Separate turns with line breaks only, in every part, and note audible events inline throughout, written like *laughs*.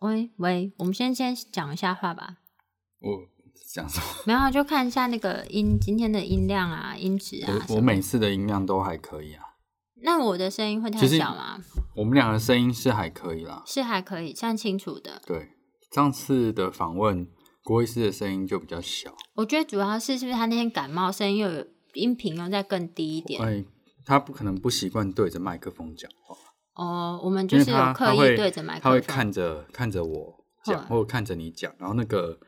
喂喂，我们先先讲一下话吧。
我想说，
没有啊，就看一下那个音今天的音量啊、音质啊
我
什
我
么
每次的音量都还可以啊，
那我的声音会太
其实
小吗？
我们俩的声音是还可以啦。
是还可以，算清楚的。
对，上次的访问，郭医师的声音就比较小，
我觉得主要是是不是他那天感冒，声音又有音频又再更低一点。
哎，他不可能不习惯对着麦克风讲话，
哦，我们
因
就
为
是有
他
刻
他
意
会
对着麦克
他
风，
会看着看着我讲，
嗯
或者看着你讲，然后那个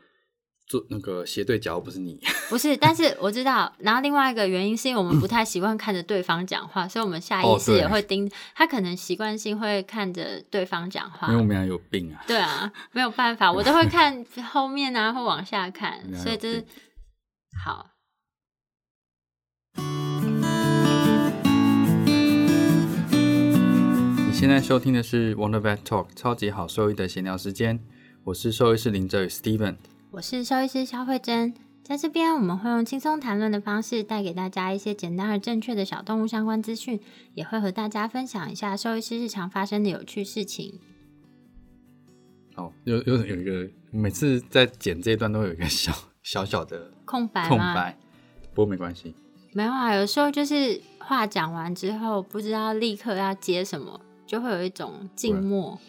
做那个斜对角又不是你，
不是，但是我知道。然后另外一个原因是因为我们不太习惯看着对方讲话，所以我们下意
嗯哦
识
对
也会盯、他，可能习惯性会看着对方讲话
因为。我们俩有病啊。
对啊，没有办
*laughs*
法，我都会看后面啊，或往下看，
原来
所以
有
这是
病
好。
你现在收听的是 Wonder Vet Talk 超级好兽医的闲聊时间，我是兽医师林哲宇 Steven。
我是兽医师肖慧珍，在这边我们会用轻松谈论的方式带给大家一些简单而正确的小动物相关资讯，也会和大家分享一下兽医师日常发生的有趣事情。
哦，有有有一个，每次在剪这一段都会有一个小小小的
空白
空
吗？
白，不过没关系，
没有啊，有时候就是话讲完之后，不知道立刻要接什么，就会有一种静默。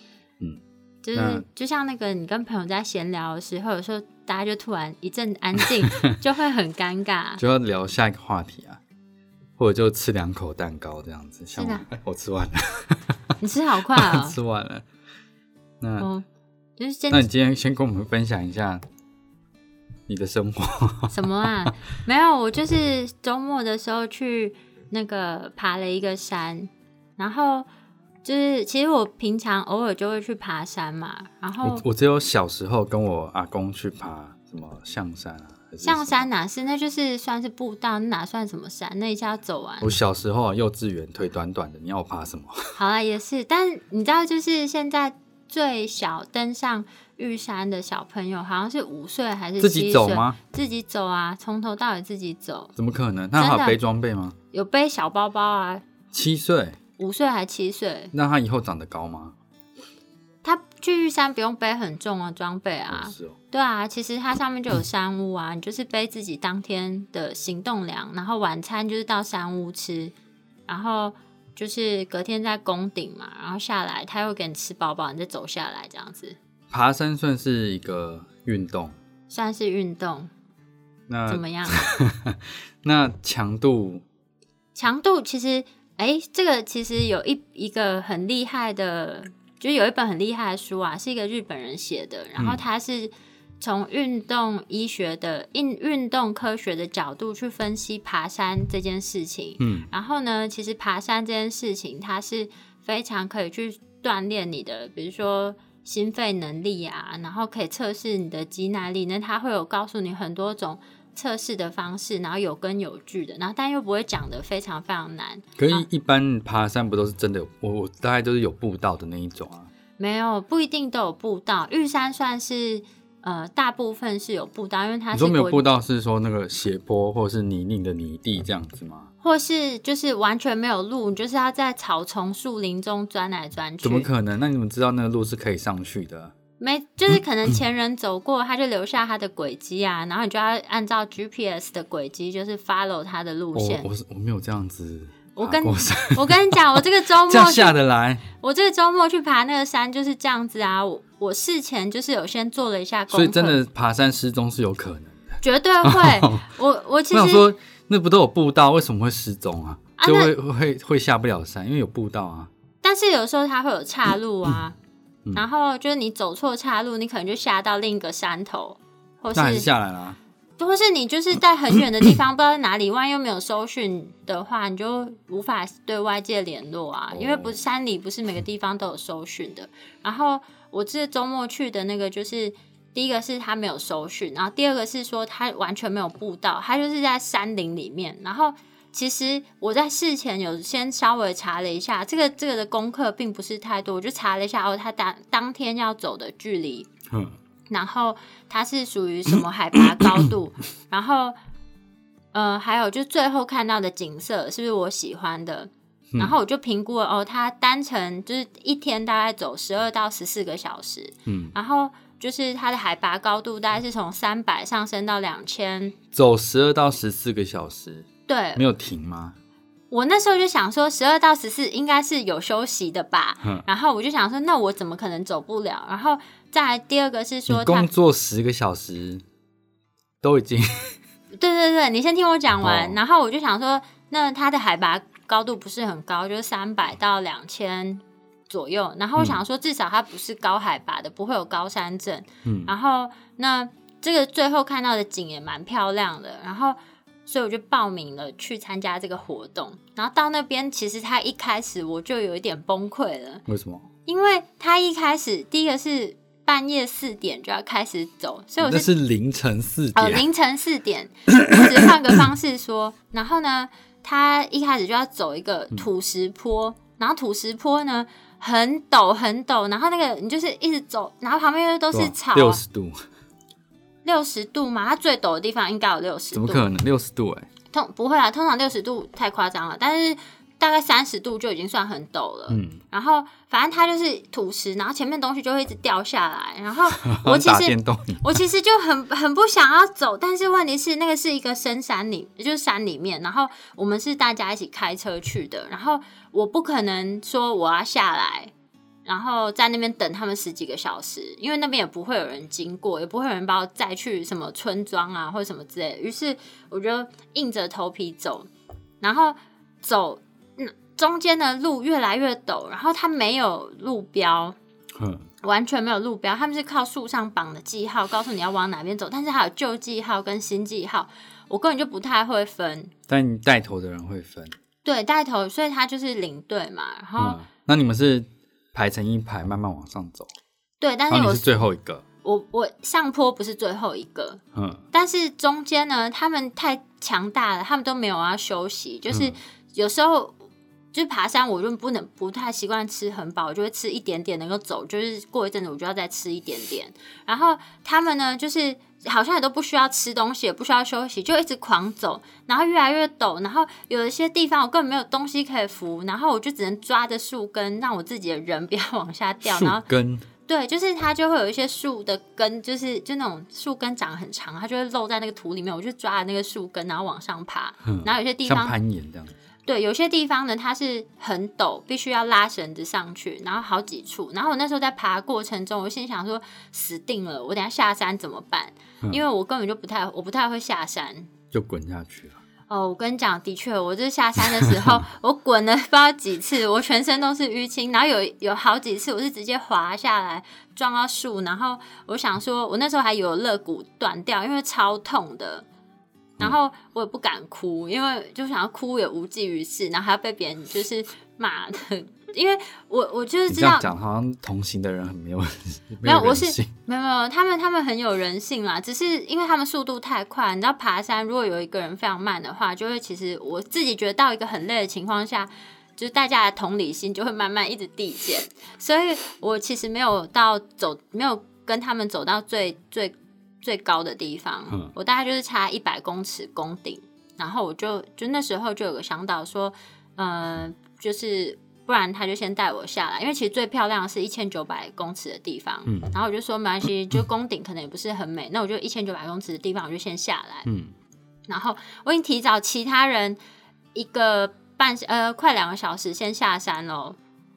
嗯，
就是
那
就像那个你跟朋友在闲聊的时候，有时候大家就突然一阵安
*laughs*
静，就会很尴尬。
就要聊下一个话题啊，或者就吃两口蛋糕这样子。像我
是的
哎 *laughs* 我吃完了，
你吃好快哦！
*laughs* 吃完了。那、
哦，就是先
那你今天先跟我们分享一下你的生活，
什么啊？没有，我就是周末的时候去那个爬了一个山，然后就是其实我平常偶尔就会去爬山嘛，然后
我我只有小时候跟我阿公去爬什么象山啊，还是
象
什
山
么。
哪是那就是算是步道，那哪算什么山？那一下要走完
我。小时候啊幼稚园腿短短的，你要我爬什么？
好了，也是，但你知道，就是现在最小登上玉山的小朋友，好像是五岁还是
自
七
己
岁
走？吗？
自己走啊，从头到尾自己走，
怎么可能？那还
真的
有背装备吗？
有背小包包啊，
七岁，
五岁还七岁。
那他以后长得高吗？
他去玉山不用背很重的装备
哦
啊，
是哦。
对啊，其实它上面就有山屋啊，你就是背自己当天的行动粮，然后晚餐就是到山屋吃，然后就是隔天在宫顶嘛，然后下来他又给你吃饱饱，你再走下来这样子，
爬山算是一个运动，
算是运动怎
那
么样？
那强度
强度其实，哎、这个其实有一一个很厉害的，就是有一本很厉害的书啊，是一个日本人写的，然后他是从运动医学的运运动科学的角度去分析爬山这件事情。
嗯，
然后呢，其实爬山这件事情，它是非常可以去锻炼你的，比如说心肺能力啊，然后可以测试你的肌耐力。那它会有告诉你很多种测试的方式，然后有根有据的，然后但又不会讲的非常非常难。
可以一般爬山不都是真的有？我我大概都是有步道的那一种啊。
没有，不一定都有步道。玉山算是呃，大部分是有步道，因为它
你
是
说没有
国
步道是说那个斜坡或者是泥泞的泥地这样子吗？
或是就是完全没有路，你就是要在草丛、树林中钻来钻去。
怎么可能？那你们知道那个路是可以上去的？啊
没，就是可
嗯
能前人走过，他就留下他的轨迹啊，然后你就要按照 GPS 的轨迹，就是 follow 他的路
我
线。
我是我没有这样子
我
爬
跟 *laughs*
过山，
我跟你讲，我这个周
这
末
样下得来。
我这个周末去爬那个山就是这样子啊。我我事前就是有先做了一下功课，
所以真的爬山失踪是有可能。
绝对
*laughs*
会。我我其
我想
实
说，那不都有步道，为什么会失踪啊？
啊
就
那
会会会下不了山，因为有步道啊。
但是有时候它会有岔路啊，
嗯
然后就是你走错岔路，你可能就下到另一个山头，或
那还是
哦是
下来啦。
或是你就是在很远的地方，不知道在哪里，万一又没有搜讯的话，你就无法对外界联络啊，
哦
因为不山里不是每个地方都有搜讯的。然后我这周末去的那个就是。第一个是它没有搜讯，然后第二个是说它完全没有步道，它就是在山林里面。然后其实我在事前有先稍微查了一下，这个这个的功课并不是太多，我就查了一下哦，它当当天要走的距离，
嗯，
然后它是属于什么海拔高度，然后呃，还有就最后看到的景色是不是我喜欢的，
嗯
然后我就评估了哦，它单程就是一天大概走十二到十四个小时，
嗯，
然后就是它的海拔高度大概是从三百上升到两千。
走十二到十四个小时，
对
没有停吗？
我那时候就想说，十二到十四应该是有休息的吧。
嗯
然后我就想说，那我怎么可能走不了？然后再来第二个是
你
说它，
工作十个小时都已经 *laughs*
对对对，你先听我讲完。
哦
然后我就想说，那它的海拔高度不是很高，就是三百到两千左右。然后我想说，至少它不是高海拔的，不会有高山症。
嗯
然后那这个最后看到的景也蛮漂亮的，然后所以我就报名了去参加这个活动。然后到那边，其实他一开始我就有一点崩溃了，
为什么？
因为他一开始第一个是半夜四点就要开始走，所以我
那
是
是凌晨四
哦
点，
凌晨四点，我只是换个方式说，然后呢，他一开始就要走一个土石坡，然后土石坡呢。很陡很陡，然后那个你就是一直走，然后旁边又都是草啊、
六十度，
六十度嘛，它最陡的地方应该有六十度，
怎么可能六十度、欸？哎，
通不会啊，通常六十度太夸张了，但是大概三十度就已经算很陡了。
嗯，
然后反正它就是土石，然后前面东西就会一直掉下来， *laughs* 然后我其
打
实
电动， *laughs*
我其实就很很不想要走，但是问题是那个是一个深山里，就是山里面，然后我们是大家一起开车去的，然后我不可能说我要下来，然后在那边等他们十几个小时，因为那边也不会有人经过，也不会有人把我载去什么村庄啊或者什么之类的，于是我就硬着头皮走，然后走，嗯，中间的路越来越陡，然后它没有路标，
嗯，
完全没有路标，他们是靠树上绑的记号告诉你要往哪边走，但是还有旧记号跟新记号，我根本就不太会分。
但带头的人会分。
对，带头，所以他就是领队嘛。然后、
嗯，那你们是排成一排，慢慢往上走，
对，但
然
是
后
我
啊你是最后一个。
我我上坡不是最后一个，
嗯，
但是中间呢，他们太强大了，他们都没有要休息，
嗯
就是有时候。就是爬山，我就不能不太习惯吃很饱，我就会吃一点点，能够走，就是过一阵子我就要再吃一点点。然后他们呢，就是好像也都不需要吃东西，也不需要休息，就一直狂走，然后越来越陡，然后有一些地方我根本没有东西可以扶，然后我就只能抓着树根，让我自己的人不要往下掉，
树
然后
根，
对，就是它就会有一些树的根，就是就那种树根长得很长，它就会露在那个土里面。我就抓了那个树根，然后往上爬。
嗯
然后有些地
像
方，
攀岩这样。
对，有些地方呢，它是很陡，必须要拉绳子上去，然后好几处。然后我那时候在爬的过程中，我心想说，死定了，我等一下下山怎么办？
嗯
因为我根本就不太，我不太会下山。
就滚下去了。
哦，我跟你讲，的确，我就是下山的时
*laughs*
候，我滚了不知道几次，我全身都是淤青，然后有有好几次我是直接滑下来撞到树，然后我想说，我那时候还有肋骨断掉，因为超痛的，然
嗯
后我也不敢哭，因为就想要哭也无济于事，然后还要被别人就是骂的， *laughs* 因为我我就是
你
知
这
道
样讲，好像同行的人很没
*laughs*
有
没有我
人
是
性。
没有没有，他们他们很有人性啦，只是因为他们速度太快，你知道爬山如果有一个人非常慢的话，就会其实我自己觉得到一个很累的情况下，就是大家的同理心就会慢慢一直递减，所以我其实没有到走没有跟他们走到最最最高的地方，
嗯
我大概就是差一百公尺攻顶，然后我就就那时候就有个向导说，嗯，就是不然他就先带我下来，因为其实最漂亮的是一千九百公尺的地方，
嗯
然后我就说没关系，就宫顶可能也不是很美，那我就一千九百公尺的地方我就先下来，
嗯，
然后我已经提早其他人一个半小呃快两个小时先下山喽。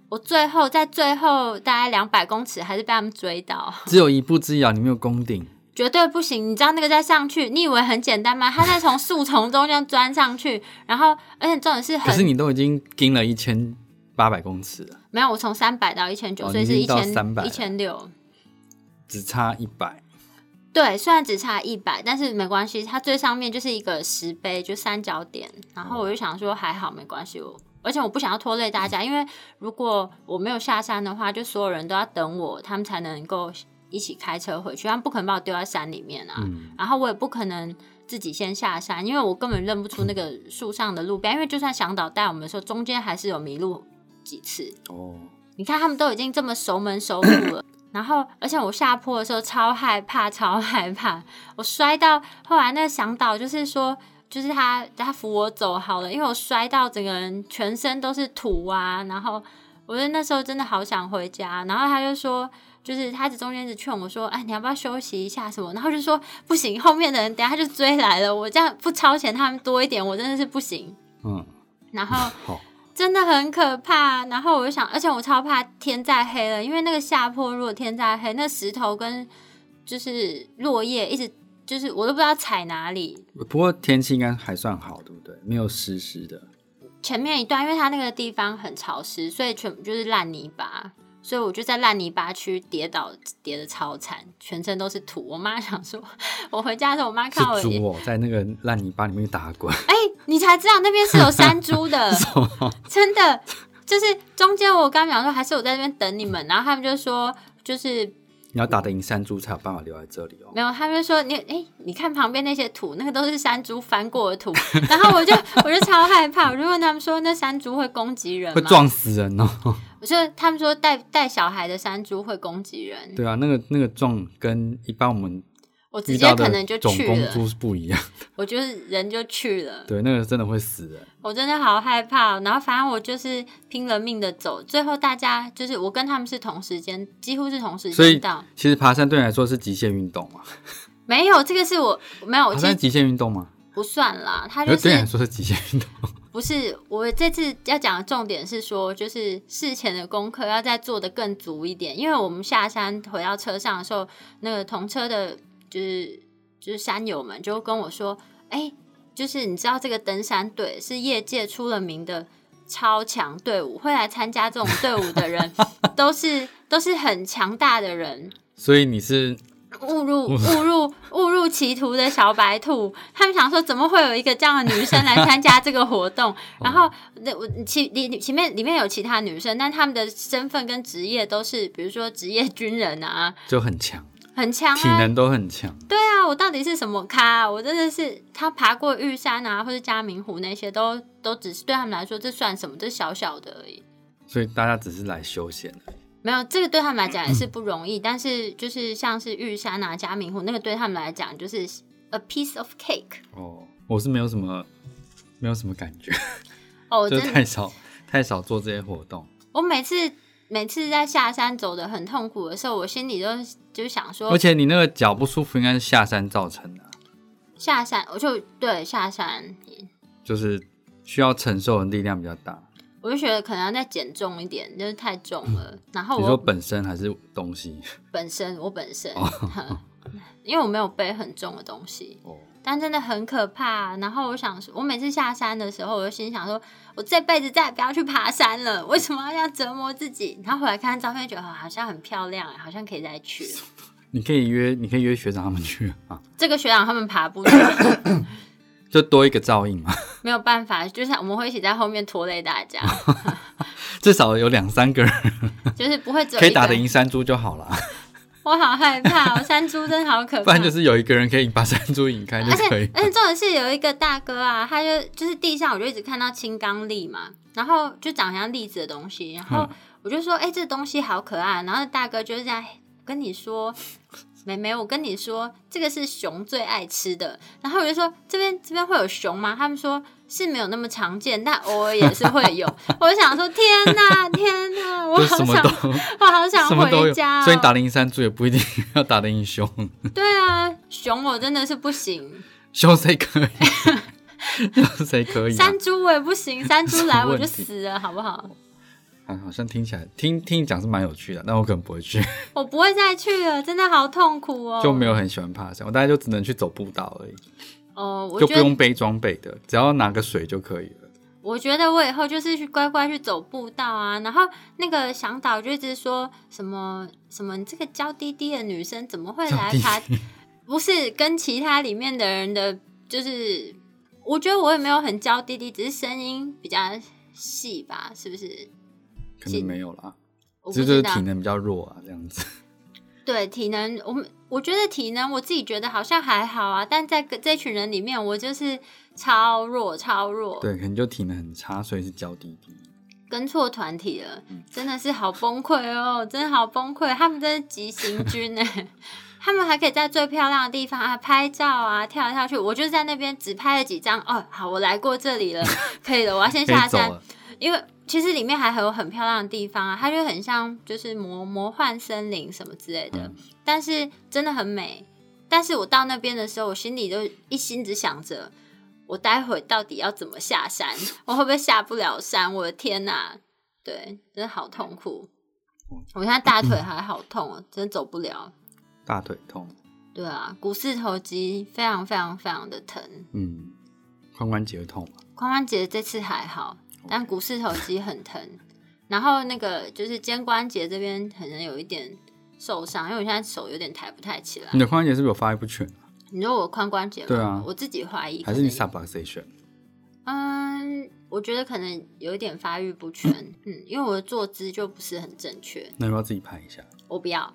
我最后在最后大概两百公尺还是被他们追到，
只有一步之遥，你没有攻顶，
绝对不行！你知道那个再上去，你以为很简单吗？他在从树丛中这样钻上去，然后而且重点是
可
很
是你都已经跟了一千八百公尺了，
没有，我从三百到一千九，
哦
所以是
你已
一
经到
千
300了
一千六。
只差一百。
对，虽然只差一百，但是没关系，它最上面就是一个石碑，就三角点。然后我就想说，还好没关系，我而且我不想要拖累大家，因为如果我没有下山的话，就所有人都要等我，他们才能够一起开车回去，他们不可能把我丢在山里面啊。
嗯，
然后我也不可能自己先下山，因为我根本认不出那个树上的路标，因为就算向导带我们的时候，中间还是有迷路几次。
哦，
你看他们都已经这么熟门熟路了，然后而且我下坡的时候超害怕，超害怕，我摔到后来那个向导就是说。就是他他扶我走好了，因为我摔到整个人全身都是土啊，然后我就那时候真的好想回家，然后他就说。就是他中间一直劝我说：“哎，你要不要休息一下什么？”然后就说：“不行，后面的人等下就追来了，我这样不超前他们多一点，我真的是不行。
嗯，”
然后
好，
真的很可怕。然后我就想，而且我超怕天再黑了，因为那个下坡如果天再黑，那石头跟就是落叶一直就是我都不知道踩哪里。
不过天气应该还算好，对不对？没有湿湿的。
前面一段，因为它那个地方很潮湿，所以全部就是烂泥巴，所以我就在烂泥巴区跌倒，跌的超惨，全身都是土。我妈想说，我回家的时候，我妈
是
看我也，
猪哦，在那个烂泥巴里面打 *laughs* 滚，
哎、你才知道那边是有山猪的。 *laughs* 真的就是中间我刚讲说，还是我在那边等你们，然后他们就说，就是
你要打得赢山猪才有办法留在这里哦。
没有，他们就说你哎、你看旁边那些土，那个都是山猪翻过的土，然后我就我就超害怕，我就问他们说，那山猪会攻击人
会
吗？
撞死人哦！ *laughs*
我说他们说带带小孩的山猪会攻击人，
对啊，那个那个撞跟一般我们
我直
遇
接
到
可
的
能就
种
去
公
了，
猪是不一样，
我就是人就去了，
对，那个真的会死人。
我真的好害怕哦。然后反正我就是拼了命的走，最后大家就是我跟他们是同时间，几乎是同时
所以
间到。
其实爬山对你来说是极限运动嘛？
没有，这个是我没有，我哦
爬
其
山
实
极限运动吗？
不算啦。他就
呃对你来
是
说是极限运动。 *laughs*
不是我这次要讲的重点是说，就是事前的功课要再做的更足一点，因为我们下山回到车上的时候，那个同车的，就是就是山友们就跟我说，哎、就是你知道这个登山队是业界出了名的超强队伍，会来参加这种队伍的人都是都是很强大的人，
所以你是
误
*laughs*
入误入误入歧途的小白兔，他们想说怎么会有一个这样的女生来参加这个活
*laughs*
动？
哦
然后那我其里里前面里面有其他女生，但他们的身份跟职业都是，比如说职业军人啊， *laughs*
就很强，
很强
体
啊，
能都很强。
对啊，我到底是什么咖啊、我真的是他爬过玉山啊，或者嘉明湖那些都都只是对他们来说这算什么？这小小的而已。
所以大家只是来休闲的。
没有，这个对他们来讲也是不容易，但是就是像是玉山啊、嘉明湖那个，对他们来讲就是 a piece of cake。
哦，我是没有什么，没有什么感觉，
哦，我
就
真
是
的，
太少太少做这些活动。
我每次每次在下山走的很痛苦的时候，我心里都就想说
而，且你那个脚不舒服，应该是下山造成的啊、
下山我就对下山，
就是需要承受的力量比较大。
我就觉得可能要再减重一点，就是太重了。然后
嗯你说哦
我
本身还是
*laughs*
东西？
本身我本身， *laughs* 因为我没有背很重的东西，
哦，
但真的很可怕。然后我想说，我每次下山的时候，我就心想说，我这辈子再也不要去爬山了，为什么要这样折磨自己？然后回来看看照片，觉得哦好像很漂亮，好像可以再去。
你可以约，你可以约学长他们去啊，
这个学长他们爬不 *coughs* 起来
就多一个照应嘛，
没有办法，就是我们会一起在后面拖累大
*laughs*
家，
至少有两三个人
就是不会只有
可
一
以
个
打得赢山猪就好了，
我好害怕、哦，山猪真的好可怕。
*laughs* 不然就是有一个人可以把山猪引开就
嗯而且
可以。
而且重点是有一个大哥啊，他就就是地上我就一直看到青冈栗嘛，然后就长得像栗子的东西，然
嗯
后我就说，哎、这东西好可爱。然后大哥就是在跟你说， *laughs* 妹妹，我跟你说，这个是熊最爱吃的。然后我就说，这边这边会有熊吗？他们说是没有那么常见，但偶尔也是会
*laughs*
有。我就想说，天哪，天哪，我
就
好
什么
想
都，
我好想
*laughs* 什么都
回
有，
家、哦。
所以你打得赢山猪也不一定要打得赢熊， *laughs*
对啊，熊我真的是不行。
熊谁可
*laughs*
以？熊谁可以、啊？
山猪我也不行，山猪
*laughs*
来我就
什么
死了，好不好？
啊，好像听起来听听你讲是蛮有趣的，但我可能不会去，
我不会再去了，真的好痛苦哦。
就没有很喜欢爬山，我大概就只能去走步道而已，
哦，我
就不
觉得
用背装备的，只要拿个水就可以了。
我觉得我以后就是去乖乖去走步道啊。然后那个向导就一直说什么什么，你这个娇滴滴的女生怎么会
*laughs*
来爬？不是跟其他里面的人的，就是我觉得我也没有很娇滴滴，只是声音比较细吧，是不是？
可能没有啦，
我不
这就
知
是
道。
体能比较弱啊，这样子。
对体能，我们我觉得体能我自己觉得好像还好啊，但在跟这群人里面，我就是超弱超弱，
对，可能就体能很差，所以是娇滴滴。
跟错团体
嗯
了，真的是好崩溃哦，真的好崩溃，他们真是急行军哎、 *laughs* 他们还可以在最漂亮的地方啊拍照啊，跳来跳去。我就在那边只拍了几张，哦，好，我来过这里了，可以了，我要先
可
下
以走啊
山
了。。
因为其实里面还有很漂亮的地方啊，它就很像就是魔魔幻森林什么之类的，
嗯
但是真的很美。但是我到那边的时候，我心里就一心只想着，我待会到底要怎么下山，我会不会下不了山？我的天哪、对，真的好痛苦。我现在大腿还好痛哦，真的走不了。
大腿痛，
对啊，股四头肌非常非常非常的疼，
嗯，髋关节痛啊嘛，
髋关节这次还好，但股四头肌很疼。然后那个就是肩关节这边可能有一点受伤，因为我现在手有点抬不太起来
你。的髋关节是不是有发育不全啊？
你说我髋关节吗？
嗯对啊
我自己怀疑可
还
能
是你 subluxation？
嗯，我觉得可能有一点发育不全，嗯，因为我的坐姿就不是很正确。
那要不要自己拍一下？
我不要，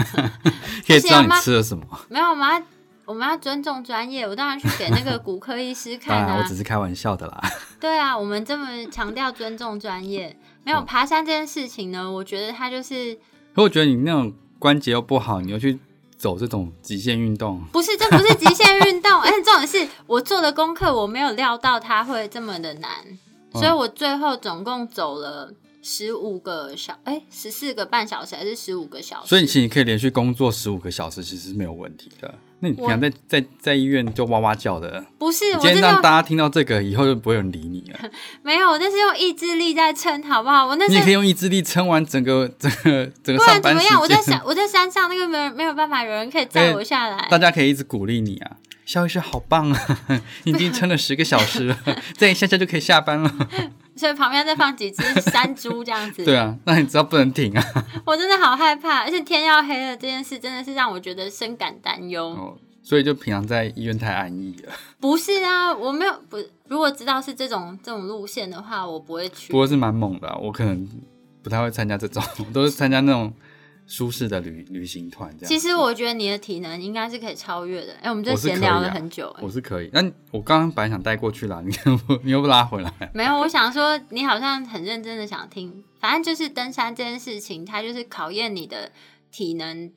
不
可以知
是啊
道你
妈
吃了什么？
没有，我们要我们要尊重专业，我当然去给那个骨科医
*laughs*
师
当
看
然，
啊
我。只是开玩笑的啦。 *laughs*
对啊，我们这么强调尊重专业，没有
嗯
爬山这件事情呢，我觉得它就是
可我觉得你那种关节又不好，你又去走这种极限运动，
不是这不是极限运动， *laughs* 而且重点是我做的功课我没有料到它会这么的难，
嗯
所以我最后总共走了十五个小哎十四个半小时还是十五个小时，
所以你其实你可以连续工作十五个小时，其实是没有问题的。那你平常在在在医院就哇哇叫的，
不是
你
我
今天
真
让
的
大家听到这个以后就不会有人理你了。
没有，我那是用意志力在撑，好不好？我那
你也可以
是。
用意志力撑完整个整个整个
不然
上
怎
班
么
时
样？我在
间 *laughs*
山，，我在山上，那个没有没有办法，有人可以载我下来。
大家可以一直鼓励你啊。肖医师好棒啊！ *laughs* 你已经撑了十个小
*laughs*
时了，再一下下就可以下班了。
所以旁边再放几只山猪这样子。
对啊， *laughs* 那你知道不能停啊。 *laughs*
我真的好害怕，而且天要黑了这件事真的是让我觉得深感担忧。
哦，所以就平常在医院太安逸了。
不是啊，我没有不，如果知道是这种这种路线的话，我不会去
不。过是蛮猛的啊、我可能不太会参加这种， *laughs* 我都是参加那种舒适的旅旅行团这样。
其实我觉得你的体能应该是可以超越的。哎、我们这
我是可以
闲
啊
聊了很久、哎
我是可以，那你我刚刚本来想带过去啦， *laughs* 你又不你又不拉回来，
没有，我想说你好像很认真的想听。反正就是登山这件事情，它就是考验你的体能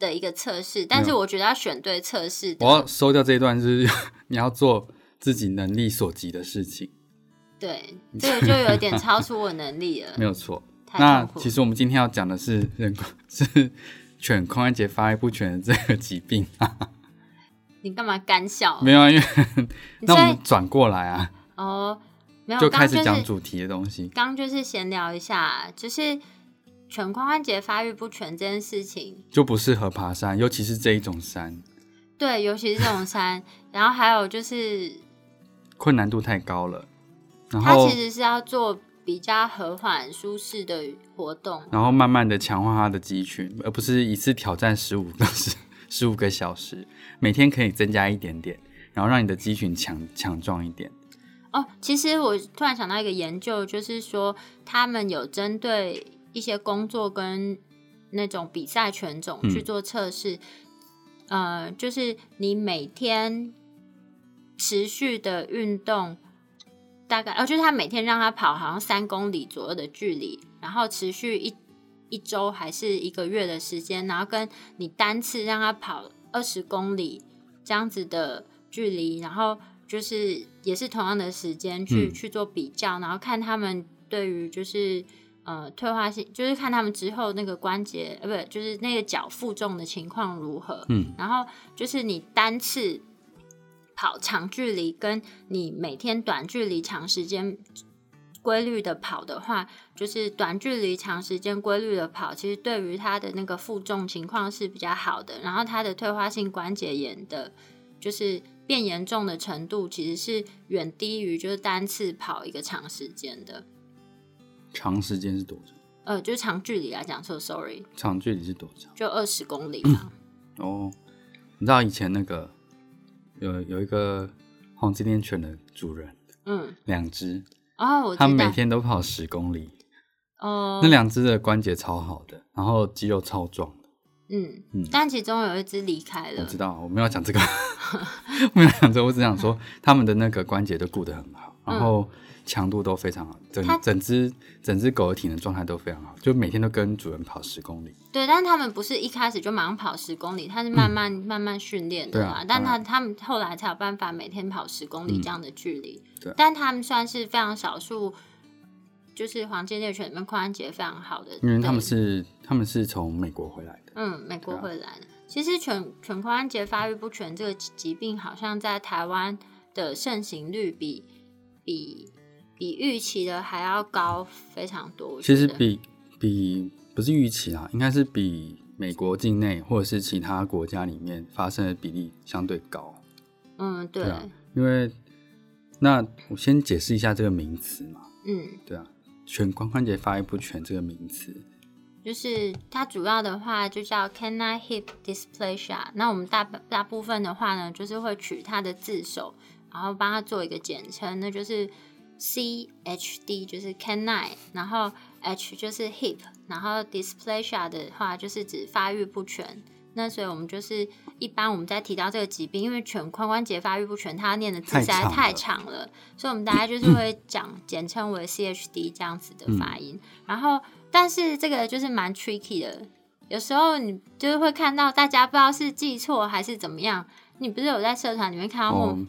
的一个测试。但是我觉得要选对测试的，
我要收掉这一段是， *laughs* 你要做自己能力所及的事情，
对，这个就有点超出我能力了，
*laughs* 没有错。
嗯太
那
痛苦
其
了。
实我们今天要讲的是人工 *laughs* 是犬髋关节发育不全的这个疾病啊，
你干嘛干笑？
*laughs* 没有啊，因为
嗯你
那我
所
们
以
转过来啊，
哦，没有，
就
刚刚
开
就
始
是
讲主题的东西。
刚就是闲聊一下，啊就是全髋关节发育不全这件事情，
就不适合爬山，尤其是这一种山，
对，尤其是这
*laughs*
种山，然后还有就是
困难度太高了。然
它
后
其，实是要做比较和缓、舒适的活动，
然后慢慢的强化它的肌群，而不是一次挑战十五个时 *laughs* 十五个小时，每天可以增加一点点，然后让你的肌群强强壮一点。
哦，其实我突然想到一个研究，就是说他们有针对一些工作跟那种比赛犬种
嗯
去做测试，呃，就是你每天持续的运动，大概哦，就是他每天让他跑好像三公里左右的距离，然后持续一一周还是一个月的时间，然后跟你单次让他跑二十公里这样子的距离，然后就是也是同样的时间去、
嗯
去做比较，然后看他们对于就是呃退化性，就是看他们之后那个关节呃不就是那个脚负重的情况如何，
嗯，
然后就是你单次跑长距离，跟你每天短距离长时间规律的跑的话，就是短距离长时间规律的跑，其实对于它的那个负重情况是比较好的，然后它的退化性关节炎的，就是变严重的程度，其实是远低于就是单次跑一个长时间的，
长时间是多久？
呃，就是长距离来讲说，sorry，
长距离是多长？
就二十公里
*clears throat*
嘛。
哦，你知道以前那个有有一个黄金猎犬的主人，
嗯，
两只，
哦，我知
他
道，
每天都跑十公里，
哦
那，两只的关节超好的，然后肌肉超壮。
嗯
嗯，
但其中有一只离开了
我知，道，我没有讲这个，没有讲这个，我只想说他们的那个关节都顾得很好，然后强度都非常好，整
它
整只整只狗的体能状态都非常好，就每天都跟主人跑十公里。
对，但是他们不是一开始就马上跑十公里，他是慢慢、慢慢训练
嗯对
的
啊
但
当
他
然嗯
他们后来才有办法每天跑十公里这样的距离。
对啊
但他们算是非常少数，就是黄金猎犬里面髋关节非常好的，
因为他们
对
是他们是从美国回来的，
嗯美国
对啊
回来的。其实犬犬髋关节发育不全这个疾疾病，好像在台湾的盛行率比比比预期的还要高非常多。我
其
觉
实
得
比比不是预期啦，应该是比美国境内或者是其他国家里面发生的比例相对高。
嗯对
对啊因为那我先解释一下这个名词嘛，
嗯。
对啊，全髋关节发育不全这个名词，
就是它主要的话就叫 canine hip dysplasia。那我们大大部分的话呢，就是会取它的字首，然后帮它做一个简称，那就是 C H D，就是 canine，然后 H 就是 hip，然后 dysplasia 的话就是指发育不全。那所以我们就是一般我们在提到这个疾病，因为全髋关节发育不全，它念的字
太
实在
长
太
了
长了，所以我们大家就是会讲简称为 CHD 这样子的发音。然后，但是这个就是蛮 tricky 的，有时候你就是会看到大家不知道是记错还是怎么样。你不是有在社团里面看到莫、 *laughs*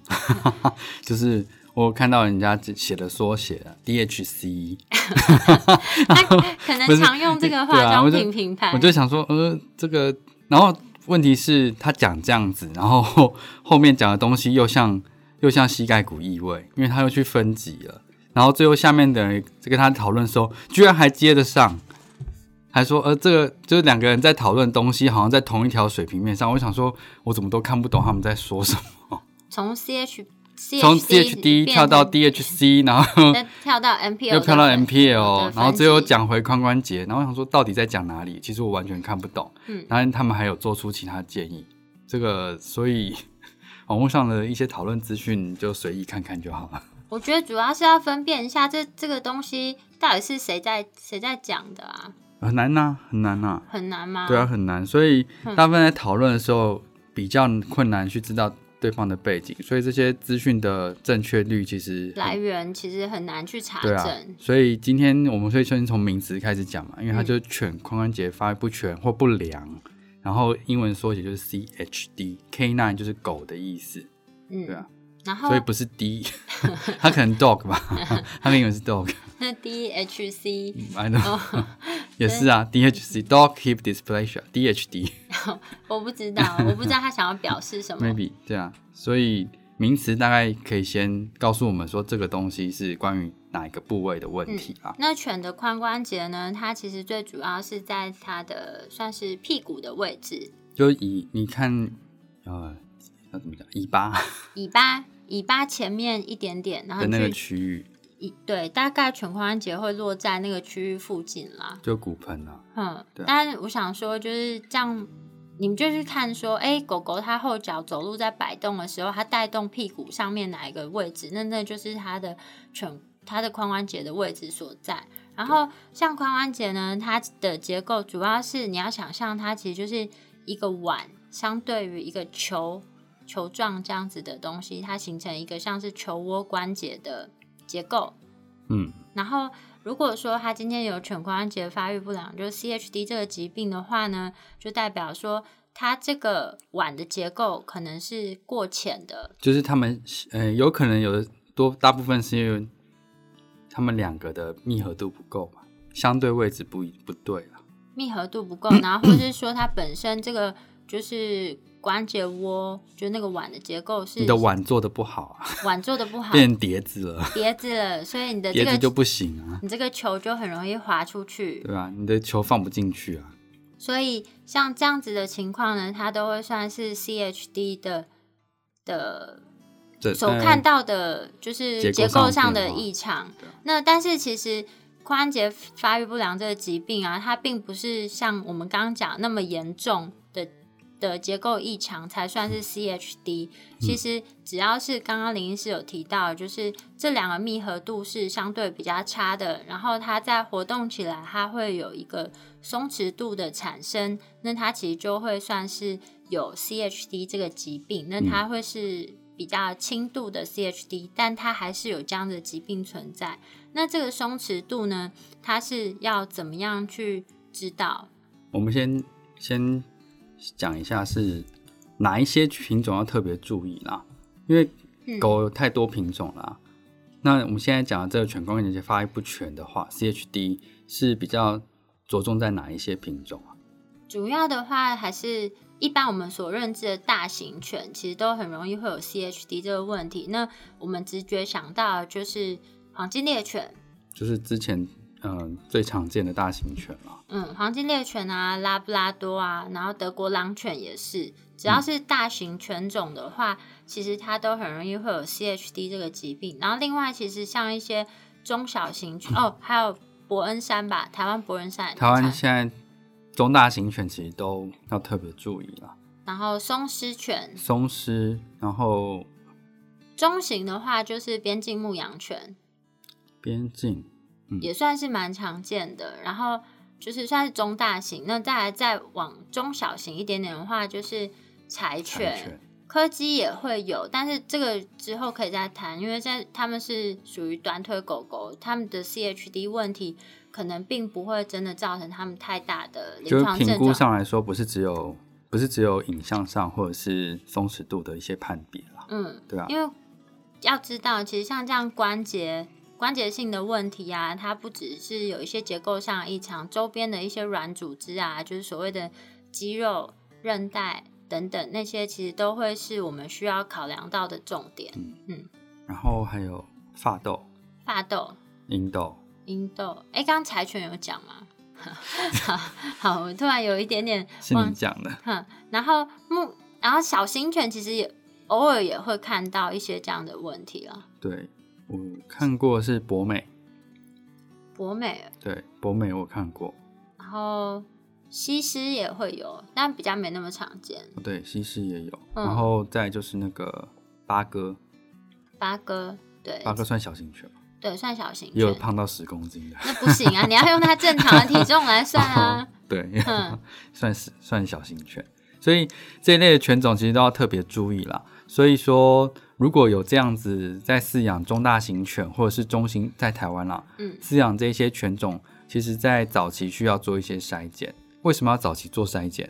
哦， *laughs* 就是我看到人家写的缩写啊 DHC，
哎可能
不是
常用这个
对
化
啊
妆
我就
品品牌，
我就想说，呃，这个，然后问题是他讲这样子，然后后 *laughs* 后面讲的东西又像又像膝盖骨异位，因为他又去分级了，然后最后下面的人跟他讨论的时候，居然还接得上，还说，呃，这个就是两个人在讨论东西，好像在同一条水平面上。我想说，我怎么都看不懂他们在说什么，
从 CH
从
CHD
CHD 跳到 DHC，然后。
再跳到 MPL，
又飘到 MPL，然后最后
讲。
讲回髋关节，然后我想说到底在讲哪里？其实我完全看不懂。
嗯
当然他们还有做出其他建议，这个所以 *laughs* 网络上的一些讨论资讯就随意看看就好了。
我觉得主要是要分辨一下这这个东西到底是谁在谁在讲的啊，
很难呐、很难呐、
很难吗？
对啊，，很难。所以大部分在讨论的时候比较困难去知道对方的背景，所以这些资讯的正确率其实很
来源其实很难去查
对啊
证。，
所以今天我们会先从名词开始讲嘛，因为它就是犬髋关节发育不全或不良，然后英文缩写就是 CHD，K9 就是狗的意思，
嗯，
对啊，
然后
所以不是 D，它 *laughs* 可能 dog 吧，它的英文是 dog，
那 DHC
哎
哦
*laughs* 也是啊，DHC dog hip dysplasia，DHD
我不知道，我不知道他想要表示什么。
maybe 对啊，所以名词大概可以先告诉我们说这个东西是关于哪一个部位的问题啊，
那犬的髋关节呢？它其实最主要是在它的算是屁股的位置，
就以你看呃要怎么讲尾巴。
尾巴尾巴前面一点点，然后
的那个
去
区域，
一对，大概犬髋关节会落在那个区域附近啦。
就骨盆啊，
嗯，
对啊
但我想说，就是这样，你们就去看说，哎、狗狗它后脚走路在摆动的时候，它带动屁股上面哪一个位置，那那就是它的犬它的髋关节的位置所在。然后像髋关节呢，它的结构主要是你要想象它其实就是一个碗，相对于一个球球状这样子的东西，它形成一个像是球窝关节的结构。
嗯，
然后，如果说他今天有犬髋关节发育不良，就是 CHD 这个疾病的话呢，就代表说他这个碗的结构可能是过浅的。
就是他们呃，有可能有的多，大部分是因为他们两个的密合度不够嘛，相对位置不一不对啊，
密合度不够，然后或者是说它本身这个就是关节窝，就那个碗的结构是
你的碗做的不好啊，
碗做的不嗯好，
*laughs* 变成碟子了，
叠字了，所以你的哎这
碟子就
个
不行啊，
你这个球就很容易滑出去。
对吧？你的球放不进去啊，
所以像这样子的情况呢，它都会算是 CHD 的的
这
所
呃
看到的，就是
结
结
构
构
上
上的
变化
异常
对啊。
那但是其实髋关节发育不良这个疾病啊，它并不是像我们刚刚讲那么严重的的结构异常才算是 CHD。其实只要是刚刚林医师有提到，就是这两个密合度是相对比较差的，然后它在活动起来，它会有一个松弛度的产生，那它其实就会算是有 CHD 这个疾病，那它会是比较轻度的 CHD，但它还是有这样的疾病存在。那这个松弛度呢，它是要怎么样去知道？
我们先先讲一下是哪一些品种要特别注意啦，因为
嗯
狗有太多品种啦。那我们现在讲的这个犬公元节发育不全的话，CHD 是比较着重在哪一些品种啊？
主要的话还是一般我们所认知的大型犬，其实都很容易会有 CHD 这个问题。那我们直觉想到的就是黄金猎犬，
就是之前嗯、呃最常见的大型犬啦。
嗯，黄金猎犬啊，拉布拉多啊，然后德国狼犬也是，只
嗯
要是大型犬种的话，其实它都很容易会有 CHD 这个疾病。然后另外，其实像一些中小型犬、哦，还有伯恩山吧，台湾伯恩山也
台湾
产
现在中大型犬其实都要特别注意啦，
然后松狮犬，
松狮，然后
中型的话就是边境牧羊犬，
边境，
也算是蛮常见的。然后就是算是中大型，那再来再往中小型一点点的话，就是柴
柴
犬。柯基也会有，但是这个之后可以再谈，因为在他们是属于短腿狗狗，他们的 CHD 问题可能并不会真的造成他们太大的临
就是
床
评
症
估
状。
上来说，不是只有不是只有影像上或者是松弛度的一些判别啦，
嗯，
对啊，
因为要知道，其实像这样关节关节性的问题啊，它不只是有一些结构上的异常，周边的一些软组织啊，就是所谓的肌肉、韧带等等那些，其实都会是我们需要考量到的重点。
然后还有发豆、
发痘，
银豆，
英豆，哎、刚刚柴犬有讲吗？ *laughs* 好，好，我突然有一点点
是
忘
你讲的，
哼，然后木，然后小型犬其实也偶尔也会看到一些这样的问题啊了。
对我看过是博美，
博美，
对博美我看过，
然后西施也会有，但比较没那么常见。
对西施也有，
嗯
然后再就是那个八哥，
八哥，对
八哥算小型犬吗，
对，算小型
也有
犬，
胖到十公斤的。
那不行啊，你要用它正常的体重来算啊。
*laughs* 对，
嗯
算是算小型犬，所以这一类的犬种其实都要特别注意啦。所以说，如果有这样子在饲养中大型犬或者是中型，在台湾啦，
嗯，
饲养这些犬种，其实在早期需要做一些筛检。为什么要早期做筛检？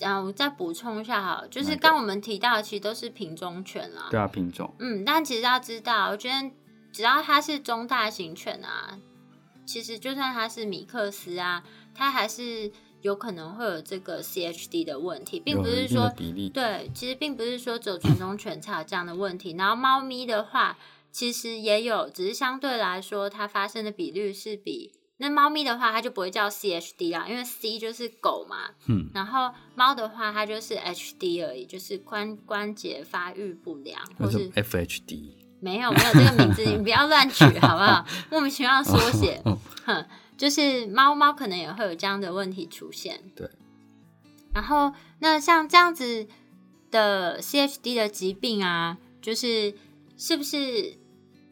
然后我再补充一下哈，就
那
是
个
刚我们提到的其实都是品种犬啦。
对啊，品种
嗯，但其实要知道，我觉得只要它是中大型犬啊，其实就算它是米克斯啊，它还是有可能会有这个 CHD 的问题，并
有
不
一
是
定的
说
比例，
对，其实并不是说只有纯种犬才有这样的问题。然后猫咪的话，其实也有，只是相对来说，它发生的比率是比那猫咪的话，它就不会叫 CHD 啦，因为 C 就是狗嘛，
嗯，
然后猫的话，它就是 HD 而已，就是关关节发育不良
那
或
是
是
FHD。
没有没有这个名字，你不要乱取好不好？莫名其妙缩写，哼，就是猫猫可能也会有这样的问题出现。
对。
然后，那像这样子的 CHD 的疾病啊，就是是不是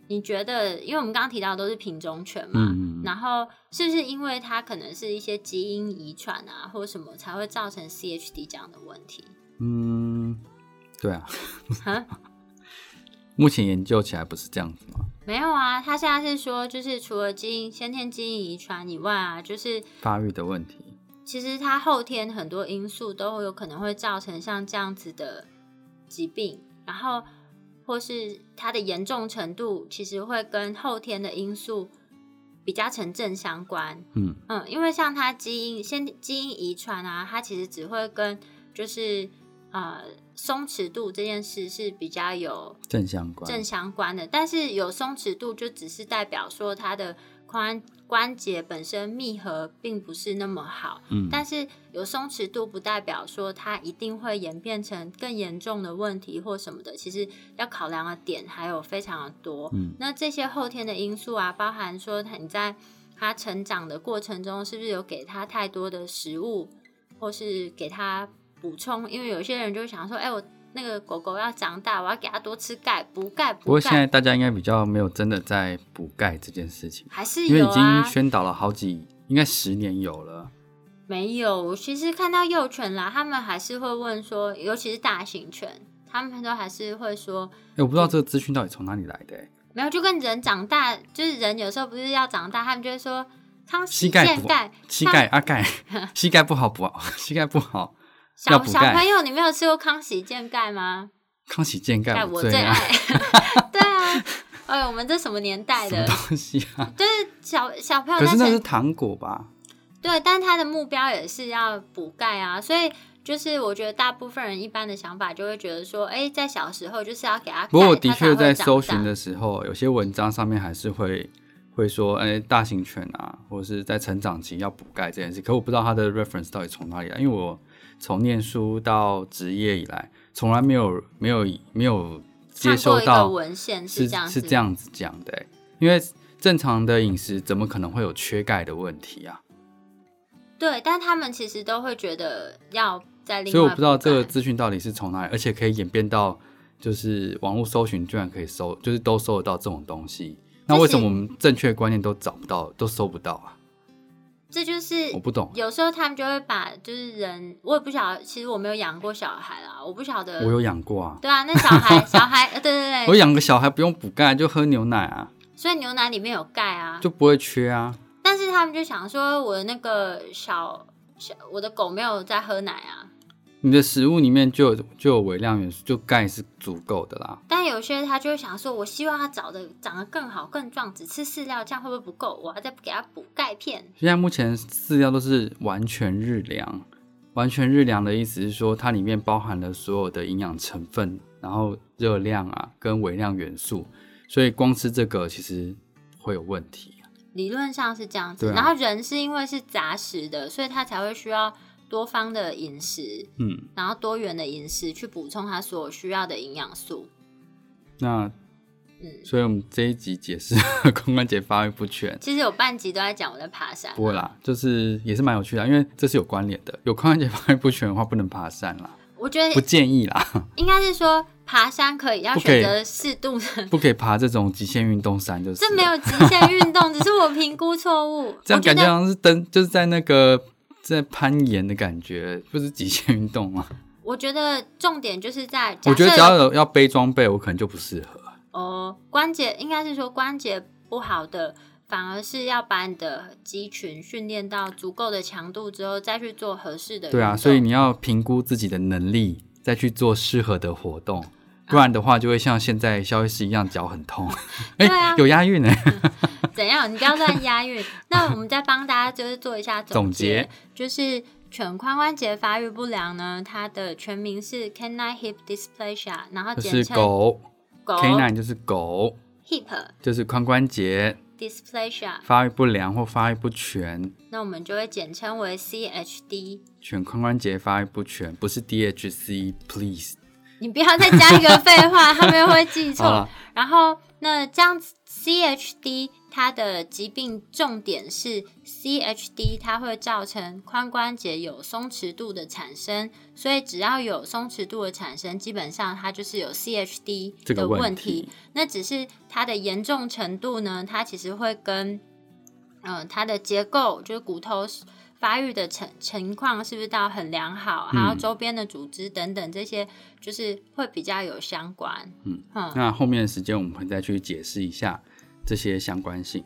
你觉得，因为我们刚刚提到的都是品种犬嘛，
嗯嗯嗯
然后是不是因为它可能是一些基因遗传啊，或什么才会造成 CHD 这样的问题？
*laughs* 嗯，对啊，
*laughs* 哈，
目前研究起来不是这样子嘛，
没有啊，他现在是说，就是除了基因先天基因遗传以外啊，就是
发育的问题。
其实它后天很多因素都有可能会造成像这样子的疾病，然后或是它的严重程度，其实会跟后天的因素比较成正相关。
嗯，
嗯，因为像它基因先基因遗传啊，它其实只会跟就是呃松弛度这件事是比较有
正相关。
正相关的，但是有松弛度就只是代表说它的关关节本身密合并不是那么好，
嗯，
但是有松弛度不代表说它一定会演变成更严重的问题或什么的，其实要考量的点还有非常的多。
嗯
那这些后天的因素啊，包含说它你在它成长的过程中是不是有给它太多的食物，或是给它补充，因为有些人就会想说，哎、我那个狗狗要长大，我要给它多吃钙，补钙
不
补
过现在
钙，
大家应该比较没有真的在补钙这件事情，
还是
因为
有
已经
啊。
宣导了好几，应该十年有了。
没有，其实看到幼犬啦，他们还是会问说，尤其是大型犬，他们都还是会说，
哎、我不知道这个资讯到底从哪里来的、欸，
没有，就跟人长大，就是人有时候不是要长大，他们就会说汤
膝盖啊
健
不
钙，
膝盖阿盖， *laughs* 膝盖不好不好，膝盖不好，
小
要补
小
钙
朋友，你没有吃过康熙健钙吗？
康熙健
哎
钙
我
最
最
爱，
爱。
*laughs*
对啊，哎，我们这什么年代
什么
的？
*laughs* 东西啊？
就是小小朋友
可
在
是那是
成
糖果吧？
对，但他的目标也是要补钙啊，所以就是我觉得大部分人一般的想法就会觉得说，哎，在小时候就是要给他钙。
不过我的
他才
确
会
在
长
搜
大
寻的时候，有些文章上面还是会会说，哎、大型犬啊，或者是在成长期要补钙这件事。可我不知道它的 reference 到底从哪里来，因为我从念书到职业以来，从来没有没有没有接
看过
受
一个
到
文献
是
这样
是
子，
这样子讲的、哎因为正常的饮食怎么可能会有缺钙的问题啊？
对，但他们其实都会觉得要在另外，
所以我不知道这个。资讯到底是从哪里，而且可以演变到就是网络搜寻居然可以搜，就是都搜得到这种东西。那为什么我们正确观念都找不到，都搜不到啊？
这就是
我不懂，啊
有时候他们就会把就是人，我也不晓得，其实我没有养过小孩啦，我不晓得。
我有养过啊，
对啊，那小
*laughs*
孩小孩，呃对对
我
对，
养个小孩不用补钙，就喝牛奶啊，
所以牛奶里面有钙啊。
就不会缺啊。
但是他们就想说，我的那个小小我的狗没有在喝奶啊。
你的食物里面就有就有微量元素，就钙是足够的啦。
但有些他就会想说，我希望它长得长得更好、更壮，只吃饲料，这样会不会不够？我还再给它补钙片。
现在目前饲料都是完全日粮，完全日粮的意思是说，它里面包含了所有的营养成分，然后热量啊跟微量元素，所以光吃这个其实会有问题。
理论上是这样子。
对啊
然后人是因为是杂食的，所以他才会需要多方的饮食，
嗯，
然后多元的饮食去补充他所需要的营养素。
那
嗯，
所以我们这一集解释 *laughs* 髋关节发育不全，
其实有半集都在讲我在爬山，
不会啦，就是也是蛮有趣的，因为这是有关联的。有髋关节发育不全的话，不能爬山啦，
我觉
不
得
建议啦，
应该是说爬山可以，要
不可以
选择适度的。
不可以爬这种极限运动山，就是
这
了
没有极限运动，只是我评估错误。
*laughs* 这样
我觉
感觉
得
好像是登，就是在那个在攀岩的感觉，不是极限运动吗？
我觉得重点就是在，
我觉
假
得
设
只要有要背装备，我可能就不适合。
哦，关节应该是说关节不好的，反而是要把你的肌群训练到足够的强度之后，再去做合适的运动。
对啊，所以你要评估自己的能力，再去做适合的活动，
啊
不然的话就会像现在消费师一样脚很
*laughs*
痛。哎、
对啊
有
*laughs*
押韵呢、
怎样？你不要乱押韵。那我们再帮大家就是做一下
*laughs* 总
结
结，
就是犬髋关节发育不良呢，它的全名是 Canine Hip Dysplasia，然后
就
简
是
称
狗
狗
canine 就是狗，
Hip
就是髋关节
Dysplasia，
发育不良或发育不全，
那我们就会简称为 CHD。
犬髋关节发育不全，不是 DHC，please。
你不要再加一个废话，他们又会记
好
错
了。，
然后那这样子 CHD 它的疾病重点是 CHD 它会造成髋关节有松弛度的产生，所以只要有松弛度的产生，基本上它就是有 CHD
这个
的
问
问
题
那只是它的严重程度呢，它其实会跟嗯、呃它的结构就是骨头。发育的情情况是不是到很良好，还有
嗯
周边的组织等等这些，就是会比较有相关。
嗯
嗯，
那后面的时间我们会再去解释一下这些相关性。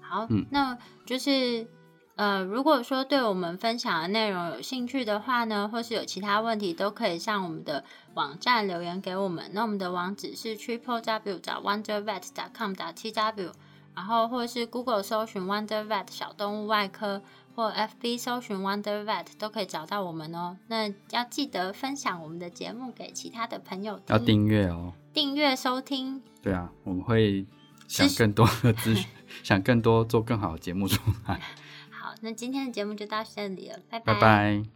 好，
嗯
那就是呃，如果说对我们分享的内容有兴趣的话呢，或是有其他问题，都可以上我们的网站留言给我们。那我们的网址是 triple w 找 wonder vet com 打 t w，然后或是 Google 搜寻 wonder vet 小动物外科。或 FB 搜寻 Wonder Vet 都可以找到我们哦。那要记得分享我们的节目给其他的朋友
要
听，
订阅哦，
订阅收听。
对啊，我们会想
资讯
更多的资讯， *laughs* 想更多做更好的节目出来。
好，那今天的节目就到这里了，
拜拜。